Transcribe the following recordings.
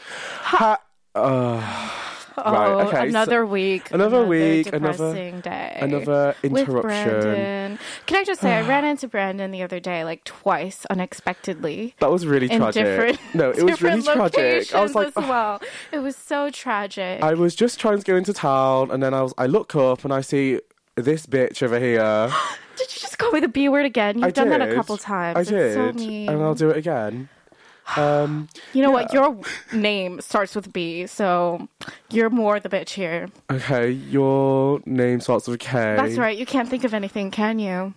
Ha. Uh, right. Oh, Okay. so- another week. another week, another- depressing day. another With interruption. Brandon. Can I just say, I ran into Brandon the other day, like twice, unexpectedly. That was really In tragic. different, no, it was really different tragic. I was locations like, "Oh." as well. It was so tragic. I was just trying to go into town, and then I was. I look up and I see this bitch over here. Did you just call me the B word again? You've I done did. that a couple times. I it's did, so mean. and I'll do it again. Um, you know what? Your name starts with B, so you're more the bitch here. okay, your name starts with a K. That's right. You can't think of anything, can you?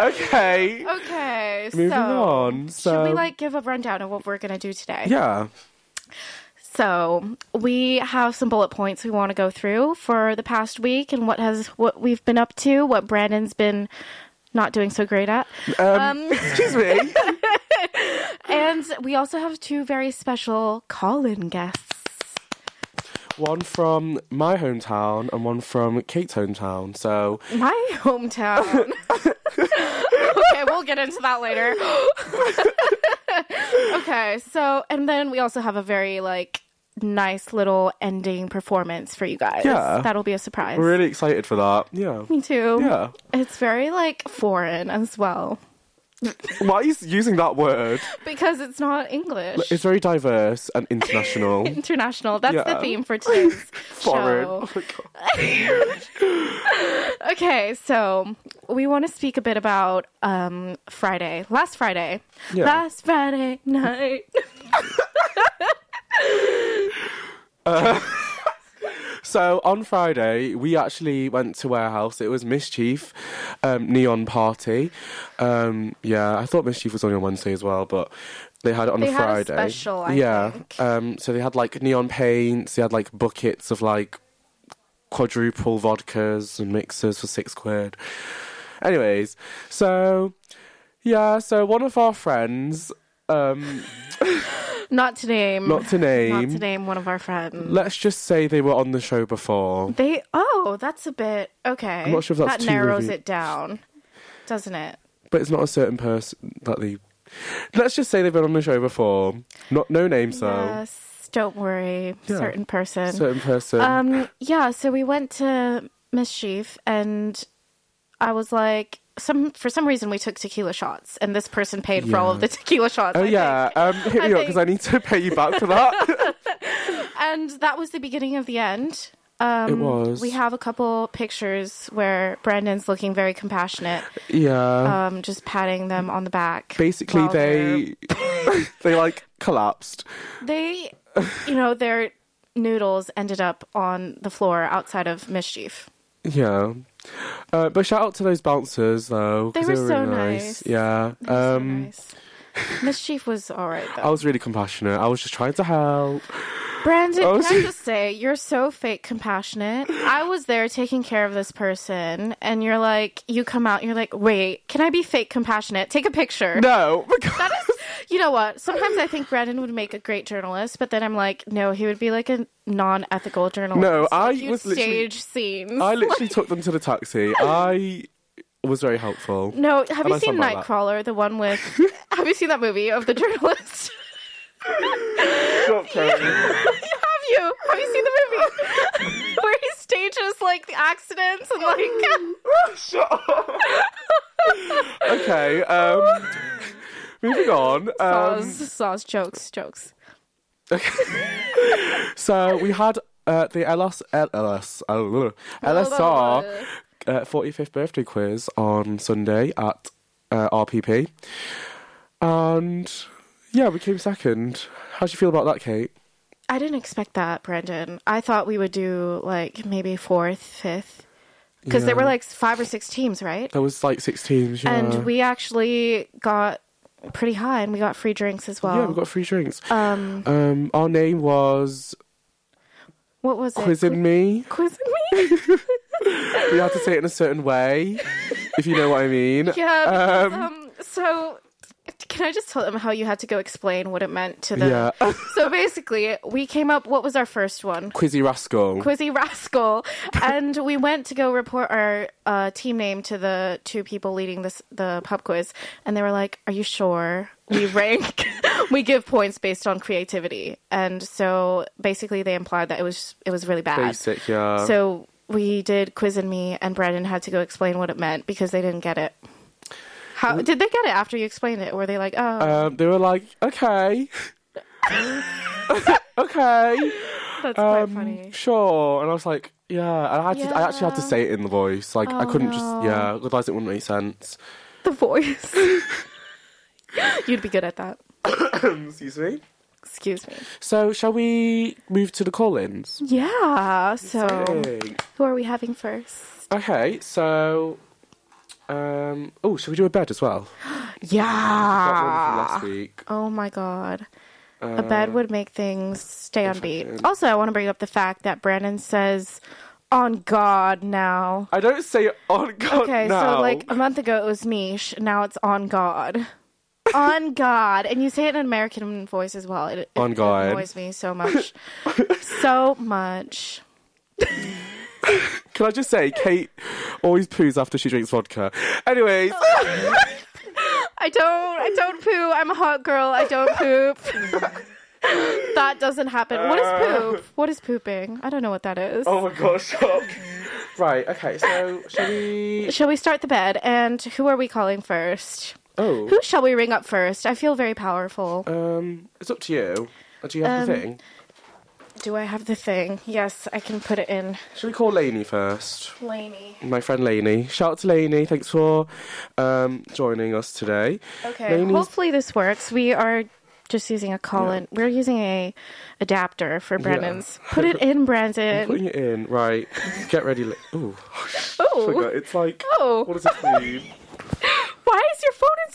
Okay. Okay. Moving so on. So should we like give a rundown of what we're gonna do today? yeah, So we have some bullet points we want to go through for the past week and what has what we've been up to, what Brandon's been not doing so great at. Um, excuse me. And we also have two very special call-in guests. one from my hometown and one from Kate's hometown. So My hometown. okay, we'll get into that later. okay, so and then we also have a very like nice little ending performance for you guys. Yeah. That'll be a surprise. we're really excited for that. Yeah. Me too. Yeah. It's very like foreign as well Why are you s- using that word? because it's not English. It's very diverse and international. International. That's the Yeah. theme for today's Foreign. show. Oh my God. Okay, so we want to speak a bit about um, Friday, last Friday, Yeah. last Friday night. So on Friday, we actually went to Warehouse. It was Mischief um, Neon Party. Um, yeah, I thought Mischief was on on Wednesday as well, but they had it on They a had a Friday. special, I yeah. think. Um, so they had like neon paints. They had like buckets of like quadruple vodkas and mixers for six quid. Anyways, so yeah, so one of our friends, um, Not to name, Not to name. not to name one of our friends. let's just say they were on the show before. They oh, that's a bit okay. I'm not sure if that's that too narrows reveal- it down, doesn't it? but it's not a certain person that they. Let's just say they've been on the show before. Not no names though. Yes. Don't worry, Yeah. certain person. Certain person. Um, yeah, so we went to Mischief and I was like some for some reason we took tequila shots and this person paid for all of the tequila shots. oh I yeah. Um, hit I me up because think- I need to pay you back for that. think. And that was the beginning of the end. Um, It was. We have a couple pictures where Brandon's looking very compassionate, yeah. um, just patting them on the back. Basically, while they're- they they like collapsed. they, you know, their noodles ended up on the floor outside of Mischief. Yeah. Uh, but shout out to those bouncers though. 'cause They were so really nice. Yeah. Um, nice. Mischief was all right though. I was really compassionate. I was just trying to help. Brandon, Oh, can I she- just say you're so fake compassionate. I was there taking care of this person, and you're like, you come out, you're like, wait, can I be fake compassionate? Take a picture. No, because That is, you know what? Sometimes I think Brandon would make a great journalist, but then I'm like, no, he would be like a non-ethical journalist. No, Like, I you'd was literally- stage scenes. I literally took them to the taxi. I was very helpful. no, have I you know seen something like that. Nightcrawler, the one with? have you seen that movie of the journalist? Stop, Karen. Have you? Have you seen the movie where he stages like the accidents and like? Shut up. okay. Um, moving on. Um, Saws, saws, jokes, jokes. so we had uh, the LS, LS, uh, LSR uh, 45th birthday quiz on Sunday at uh, RPP. And yeah, we came second. How do you feel about that, Kate? I didn't expect that, Brandon. I thought we would do like maybe fourth, fifth, because there Yeah. Uh, were like five or six teams, right? There was like six teams. Yeah. And we actually got pretty high, and we got free drinks as well. yeah, we got free drinks. um, Um, our name was what was it? Quizzing Me. Quiz me? We had to say it in a certain way, if you know what I mean. yeah. because, um, so can I just tell them how you had to go explain what it meant to them? Yeah. Oh, so basically, we came up. What was our first one? Quizzy Rascal. Quizzy Rascal, and we went to go report our uh, team name to the two people leading this the pub quiz, and they were like, "Are you sure?" We rank, we give points based on creativity, and so basically they implied that it was it was really bad. Basic, yeah. So we did quiz and me, and Brandon had to go explain what it meant because they didn't get it. How did they get it after you explained it? Were they like, "Oh, um, they were like, okay. okay. that's quite funny"? Sure. And I was like, yeah. And I, had to, I actually had to Yeah. say it in the voice. Like, I Oh, couldn't no. just, yeah, otherwise it wouldn't make sense. The voice. You'd be good at that. Excuse me. Excuse me. So, shall we move to the call ins? Yeah. So, who are we having first? Okay, so. Um, oh, should we do a bed as well? Got one from Yeah. last week. Oh my god. Uh, A bed would make things stay on beat. second. Also, I want to bring up the fact that Brandon says, "On God now." I don't say on God Okay, now. so like a month ago it was Mish, now it's on God. on God, and you say it in American voice as well. It, it On God. annoys me so much, so much. Can I just say, Kate always poos after she drinks vodka. Anyways, I don't. I don't poo. I'm a hot girl. I don't poop. that doesn't happen. What is poop? What is pooping? I don't know what that is. Uh. oh my god, shock. right, okay, so shall we? Shall we start the bed? And who are we calling first? Oh, Who shall we ring up first? I feel very powerful. um, it's up to you. Uh, Do you have the Um, thing? Do I have the thing? Yes, I can put it in. Shall we call Lainey first? Laney. My friend Lainey. Shout out to Lainey. Thanks for um, joining us today. Okay. Lainey's- Hopefully this works. We are just using a call in. We're using a adapter for Brandon's. Put it in, Brandon. Putting it in, right. Get ready. La- Ooh, I Oh. forgot. It's like. Oh. What does it mean? Why is your phone in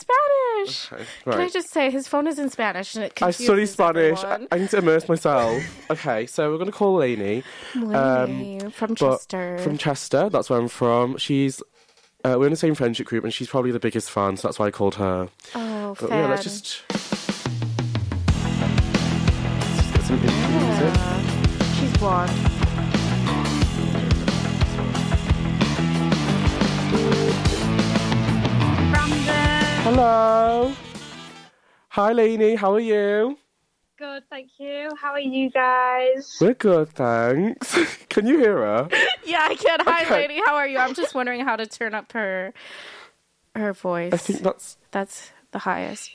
Spanish? Okay, Can I right. just say his phone is in Spanish and it I confuses study Spanish. I, everyone. I need to immerse myself. okay, so we're going to call Lainey. Lenny from um, but Chester. From Chester, that's where I'm from. She's. Uh, we're in the same friendship group, and she's probably the biggest fan, so that's why I called her. oh, But fan. yeah, let's just. let's just get some interesting music. Yeah. She's blonde. Brandon. Hello. Hi, Lainey. How are you? Good, thank you. How are you guys? We're good, thanks. Can you hear her? Yeah, I can. Hi, Okay. lady. How are you? I'm just wondering how to turn up her her voice. I think that's That's the highest.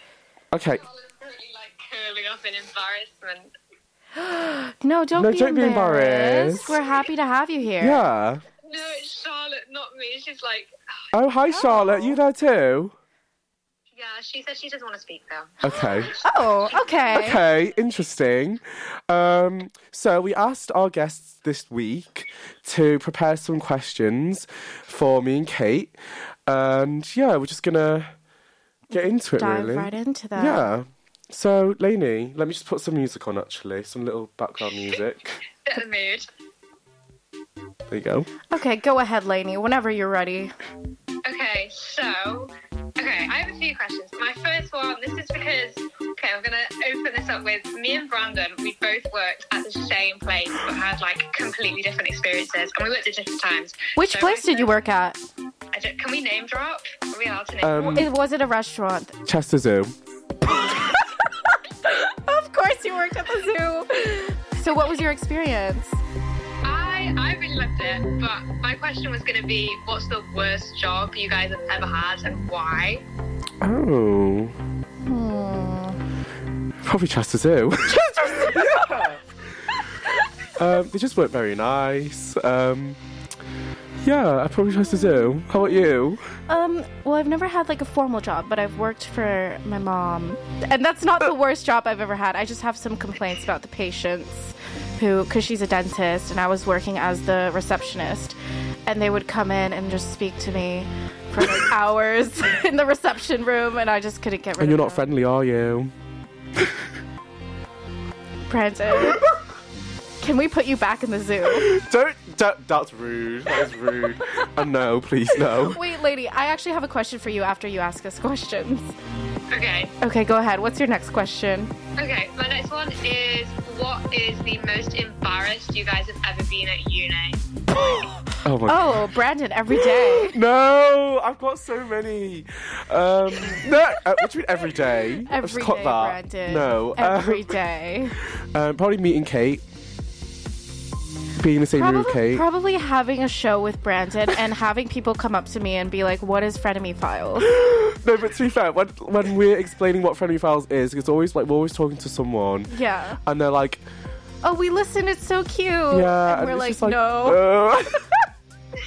okay. Really like curling up in embarrassment. No, don't, No, be, don't be embarrassed. embarrassed. We're happy to have you here. Yeah. No, it's Charlotte, not me. She's like, Oh, hi, Charlotte. You there too? yeah. She said she doesn't want to speak though. Okay. Oh, okay. Okay. Interesting. Um, so we asked our guests this week to prepare some questions for me and Kate, and yeah, we're just gonna get into it Dive really. right into that. Yeah. So, Lainey, let me just put some music on actually, some little background music. Get the mood. There you go. Okay, go ahead, Lainey, whenever you're ready. Okay, so okay, I have a few questions. My first one, this is because okay, I'm gonna open this up with me and Brandon. We both worked at the same place, but had like completely different experiences, and we worked at different times. Which So place my did you work at? first- I don't- can we name drop? Are we allowed to name? Um, It was it a restaurant? Chester Zoo. Of course, you worked at the zoo. So, what was your experience? I I really loved it, but my question was going to be, what's the worst job you guys have ever had and why? Oh, Hmm. probably Chester Zoo. um, they just weren't very nice. Um, yeah, I probably Chester Zoo. How about you? Um, well, I've never had like a formal job, but I've worked for my mom. And that's not the worst job I've ever had. I just have some complaints about the patients who, because she's a dentist and I was working as the receptionist, and they would come in and just speak to me for like hours in the reception room, and I just couldn't get rid And you're of not friendly, are you? Brandon. Can we put you back in the zoo? Don't, don't. That's rude. That is rude. and Uh, no, please, no. Wait, lady, I actually have a question for you after you ask us questions. Okay. Okay, go ahead. What's your next question? Okay. My next one is what is the most embarrassed you guys have ever been at uni? Oh my god. Oh, Brandon, every day. No, I've got so many. Um, no, uh, what do you mean every day? I've Every just day, cut that. Brandon. No, Every um, day. um, probably meeting Kate. Being in the same room with Probably, Kate. probably having a show with Brandon and having people come up to me and be like, "What is frenemy files?" No, but to be fair, when, when we're explaining what Friendly Files is, it's always like we're always talking to someone Yeah. and they're like, Oh, we listened. It's so cute. yeah. Oh, And we're it's like, just no. uh.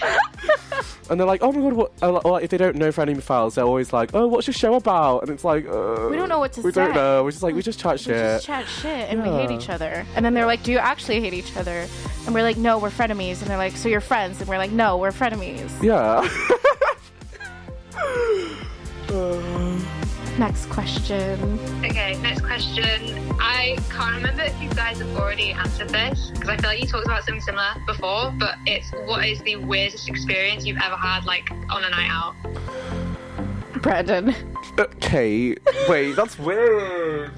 and they're like, oh my god, what? Or, like- or like, if they don't know Friendly Files, they're always like, oh, what's your show about? And it's like, uh, We don't know what to We say. don't know. We're just like, we just chat We shit. just chat shit and we hate Yeah. each other. And then they're like, "Do you actually hate each other?" And we're like, "No, we're frenemies." And they're like, "So you're friends?" And we're like, "No, we're frenemies." Yeah. Uh, Next question. Okay, next question. I can't remember if you guys have already answered this because I feel like you talked about something similar before, but it's what is the weirdest experience you've ever had, like on a night out? Brandon. okay. Wait, that's weird.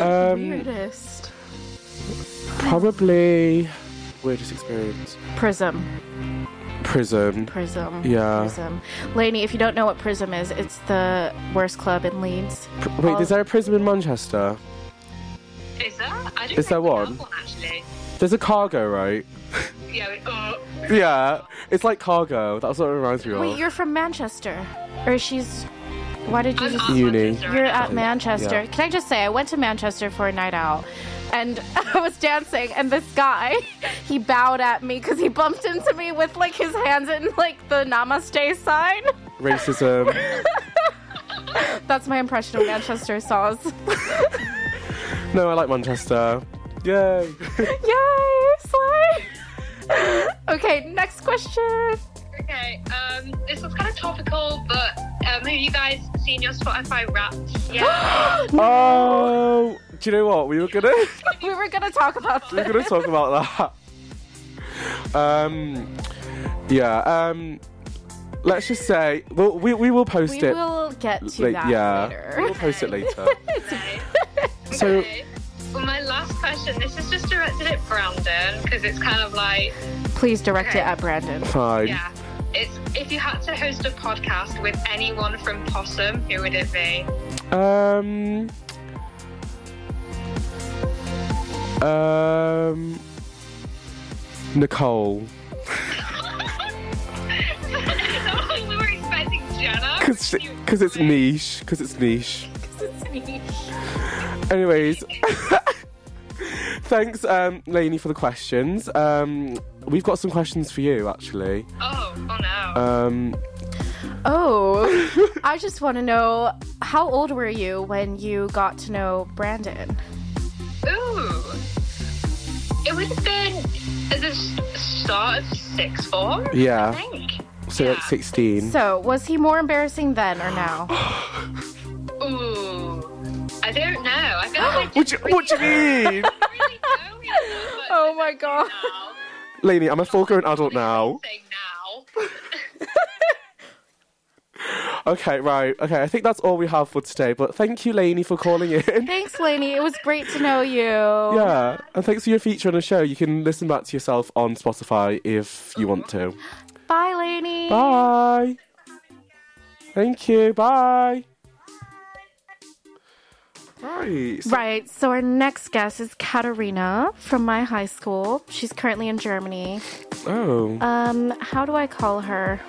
Weirdest. Probably weirdest experience. Prism. Prison. Prism. Yeah. Prism. Laney, if you don't know what Prism is, it's the worst club in Leeds. Oh. Pr- wait, is there a prison in Manchester? Is that? I don't Is think there we have one? actually. There's a cargo, right? Yeah. We, oh, Yeah. It's like cargo. That's what it reminds me Wait, of. you're from Manchester. Or she's. Why did you I'm just. at Uni. Manchester right You're now. at Manchester. Can I just say, I went to Manchester for a night out and I was dancing, and this guy, he bowed at me because he bumped into me with like his hands in like the namaste sign. Racism. That's my impression of Manchester sauce. no, I like Manchester. Yay. Yay, slay! okay, next question. Okay. Um, this was kind of topical, but um, have you guys seen your Spotify Wrapped? Yeah. oh, do you know what? We were gonna. We were gonna talk about We're this. gonna talk about that. Um, yeah. Um, let's just say well, we we will post We it. will get to Like, that yeah, later. we'll post it later. Okay. so Okay. Well, my last question. This is just directed at Brandon because it's kind of like, Please direct Okay. it at Brandon. fine. yeah. It's if you had to host a podcast with anyone from Possum, who would it be? Um. Um. Nicole, we were expecting Jenna. because it's niche, because it's niche. Anyways, thanks, um, Lainey, for the questions. Um, we've got some questions for you, actually. Oh, oh no. Um, Oh, I just want to know how old were you when you got to know Brandon? Ooh. It would have been at the s- start of sixth form. Yeah. I think. So like Yeah. 16. So, was he more embarrassing then or now? Ooh. I don't know. I feel like I What just you, what you mean? really know him so much Oh as my I do God. now. Lainey, I'm a full grown adult now. Say now. Okay, right. Okay, I think that's all we have for today, but thank you, Lainey, for calling in. Thanks, Lainey. It was great to know you. Yeah, and thanks for your feature on the show. You can listen back to yourself on Spotify if you want to. Bye, Lainey. Bye. Thank you. Bye. Right. so- Right, so our next guest is Katarina from my high school. She's currently in Germany. Oh, Um, how do I call her?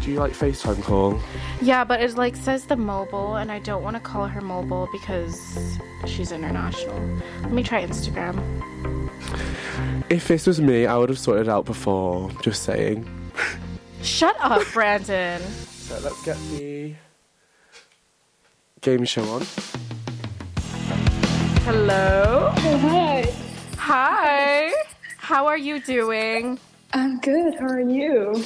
do you like FaceTime call? Yeah, but it like says the mobile, and I don't want to call her mobile because she's international. Let me try Instagram. If this was me, I would have sorted it out before. Just saying. Shut up, Brandon. So let's get the game show on. Hello. Hi, Hi. How are you doing? I'm good. How are you?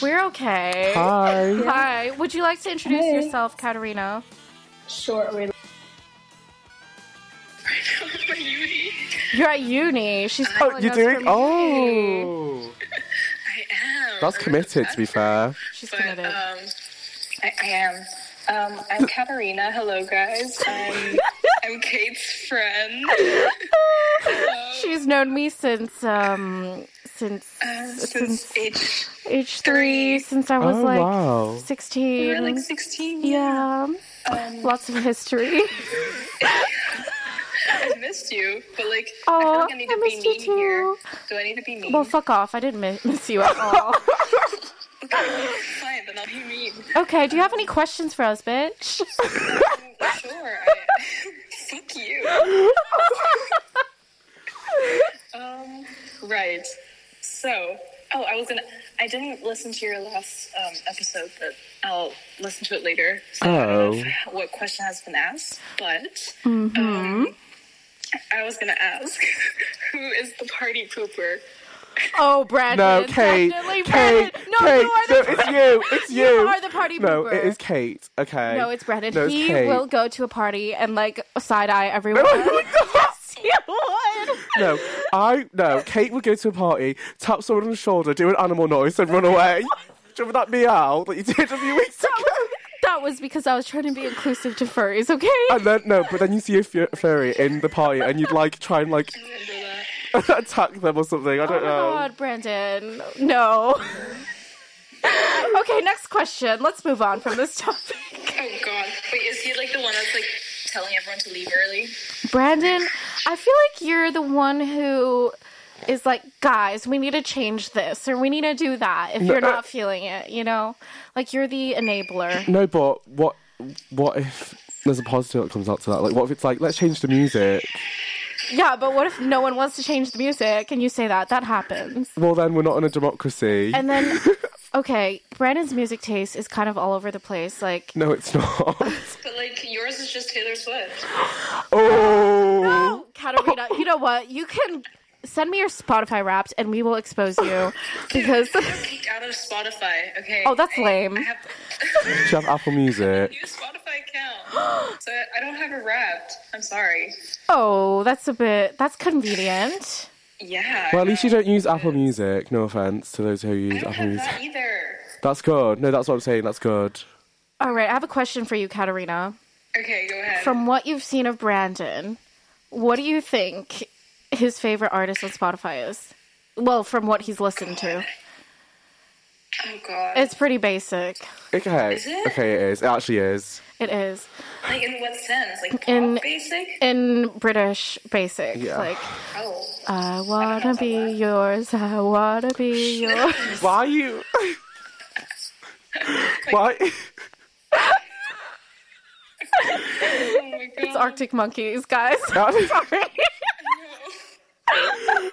We're okay. Hi. Hi. Would you like to introduce Hey. yourself, Katarina? Sure. Wait. Were you- You're at uni. She's Oh, calling you're us doing? from uni. Oh. I am. That's committed, to be fair. She's But, committed. um, I, I am. Um, I'm Katarina. Hello, guys. I'm, I'm Kate's friend. Um, She's known me since um since Uh, Since- since age, age three, since I was Oh, like wow. sixteen. we're like 16. yeah, lots of history. I missed you, but like, I feel Oh, like I need I to be missed you mean here. too. Do I need to be mean? Well, fuck off. I didn't mi- miss you at all. Fine, then I'll be mean. okay, do you have any questions for us, bitch? Sure. I, fuck you. um, right. So, oh, I was gonna. I didn't listen to your last um, episode, but I'll listen to it later. So I don't know if- what question has been asked? But Mm-hmm. um, I was gonna ask, who is the party pooper? Oh, Brandon. No, Kate. Definitely Kate. Brandon. No, Kate. you are the no, it's you. It's you. You are the party no, pooper. it is Kate. Okay. No, it's Brandon. No, it's he Kate. Oh will go to a party and like side eye everyone. yes, he would. No, I no. Kate would go to a party, tap someone on the shoulder, do an animal noise, and run away. Do you remember that meow that you did a few weeks ago? That was because I was trying to be inclusive to furries, okay? And then no, but then you see a fu- furry in the party, and you'd like try and like attack them or something. I oh my don't know. god, Brandon. No. okay, next question. Let's move on from this topic. Oh God! Wait, is he like the one that's like telling everyone to leave early? Brandon, I feel like you're the one who is like, guys, we need to change this or we need to do that if you're not feeling it, you know? Like you're the enabler. No, but what? What if there's a positive that comes out to that? Like, what if it's like, let's change the music? Yeah, but what if no one wants to change the music and you say that? That happens. Well, then we're not in a democracy. And then, okay, Brandon's music taste is kind of all over the place. Like, no, it's not. But like yours is just Taylor Swift. oh. Oh, Katarina, you know what? You can send me your Spotify Wrapped, and we will expose you because kicked out of Spotify. Okay. Oh, that's I- lame. I have Do you have Apple Music? a new Spotify account, so I don't have a wrapped. I'm sorry. oh, that's a bit that's convenient. Yeah. Well, at least you don't use Apple Music. No offense to those who I use don't Apple have Music. that either. That's good. No, that's what I'm saying. That's good. All right, I have a question for you, Katarina. Okay, go ahead. From what you've seen of Brandon, what do you think his favorite artist on Spotify is? Well, from what he's listened to, oh God. it's pretty basic. Okay. it? Okay, it is. It actually is. It is like in what sense? Like pop In- basic? in British basic, Yeah. like oh. I wanna be yours, I wanna be yours. Why are you? Why? Oh my God. It's Arctic Monkeys, guys.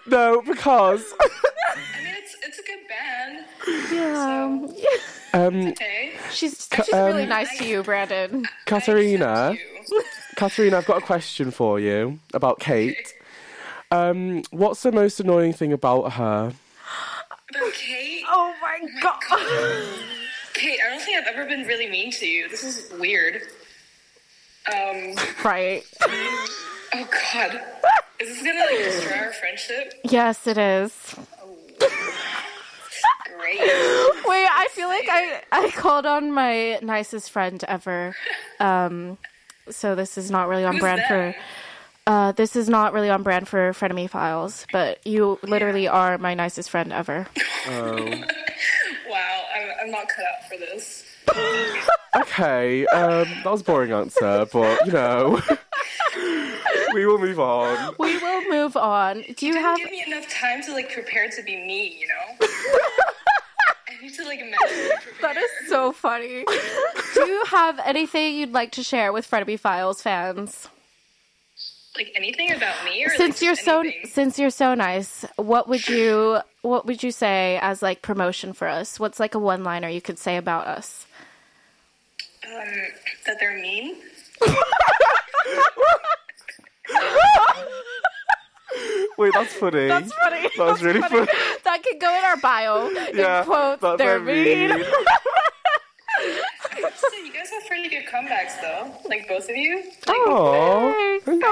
no, because I mean, it's it's a good band. Yeah. um, Okay. She's she's really um, nice to you, Brandon. Katerina. You. Katharina, I've got a question for you about Kate. Um, what's the most annoying thing about her? But Kate, Oh my god. Kate, I don't think I've ever been really mean to you. This is weird. Um. Right. Oh God. Is this gonna like destroy our friendship? Yes, it is. Great. Wait, I feel like I I called on my nicest friend ever. Um so this is not really on Who's brand for that? uh this is not really on brand for frenemy files, but you literally are my nicest friend ever. Wow, I'm, I'm not cut out for this. Okay, um, that was a boring answer, but you know, we will move on. We will move on. Do you have Give me enough time to like prepare to be me, you know? I need to like mentally prepare. That is so funny. Do you have anything you'd like to share with Frenemy Files fans? Like anything about me or Since like, you're just so anything? since you're so nice, what would you what would you say as like promotion for us? What's like a one liner you could say about us? um that they're mean. Wait, that's funny. That's funny. That was really funny. That could go in our bio. in Yeah, quotes. that's They're what I mean. mean. So you guys have friend really good comebacks, though. Like both of you. Like, Oh, thank you.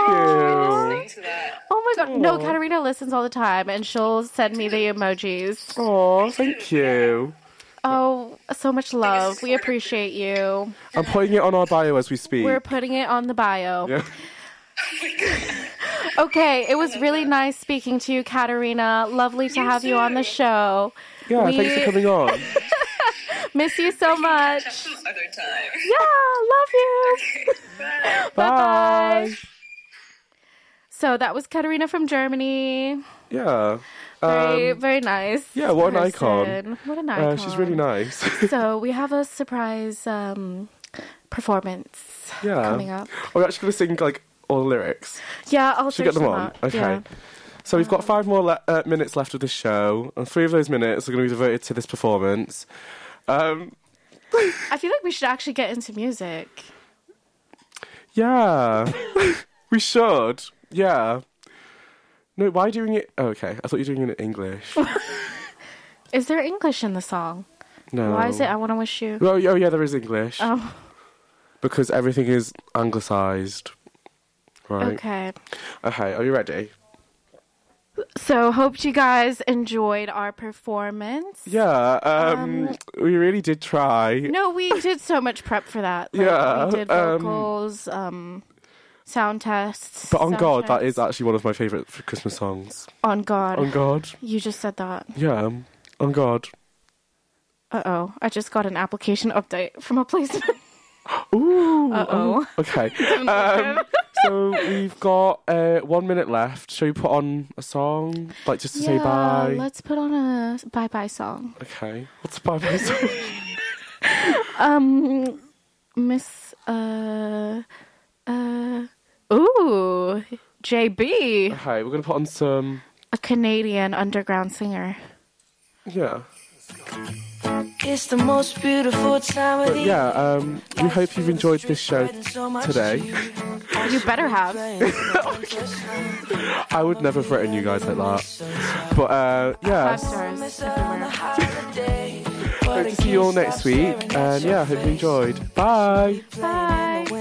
listening to that. Oh my god. No, Katarina listens all the time and she'll send me the emojis. Oh, thank you. Oh, so much love. We appreciate you. I'm putting it on our bio as we speak. We're putting it on the bio. Yeah. Oh Okay, it was really nice speaking to you, Katarina. Lovely to have you on the show. Yeah, We- thanks for coming on. Miss you so much. Some other time. Yeah, love you. Bye. Bye-bye. Bye. So that was Katarina from Germany. Yeah. Very, Um, very nice. yeah, what an icon. person. What an icon. uh, she's really nice. So we have a surprise um, performance yeah. coming up. We're actually going to sing like all the lyrics. Yeah, I'll Should we search get them on. out. Okay. Yeah. Um, So we've got five more le- uh, minutes left of this show, and three of those minutes are going to be devoted to this performance. Um, I feel like we should actually get into music. yeah, we should. Yeah. No, why doing it? Oh, okay, I thought you were doing it in English. Is there English in the song? No. Why is it I Want to Wish You? Well, oh yeah, there is English Oh, because everything is anglicised. Right. okay. Okay. Are you ready? So, hoped you guys enjoyed our performance. Yeah. Um, we really did try. No, we did so much prep for that. Like, Yeah, We did um, vocals, um, sound tests. but on sound God, that checks. is actually one of my favourite f- Christmas songs. On God. On God. You just said that. Yeah. On God. Uh oh. I just got an application update from a placement. Ooh. Uh oh. Okay. um, so we've got uh, one minute left. Shall we put on a song, like just to say bye? Let's put on a bye bye song. Okay. What's a bye bye song? Um, Miss. Uh. Uh. Ooh. JB. okay, we're gonna put on some. A Canadian underground singer. Yeah. It's the most beautiful time of But the yeah. Um, we hope you've enjoyed this show today. You better have. I would never threaten you guys like that. But uh, yeah. Five stars everywhere. Hope to see you all next week. And yeah, hope you enjoyed. Bye. Bye.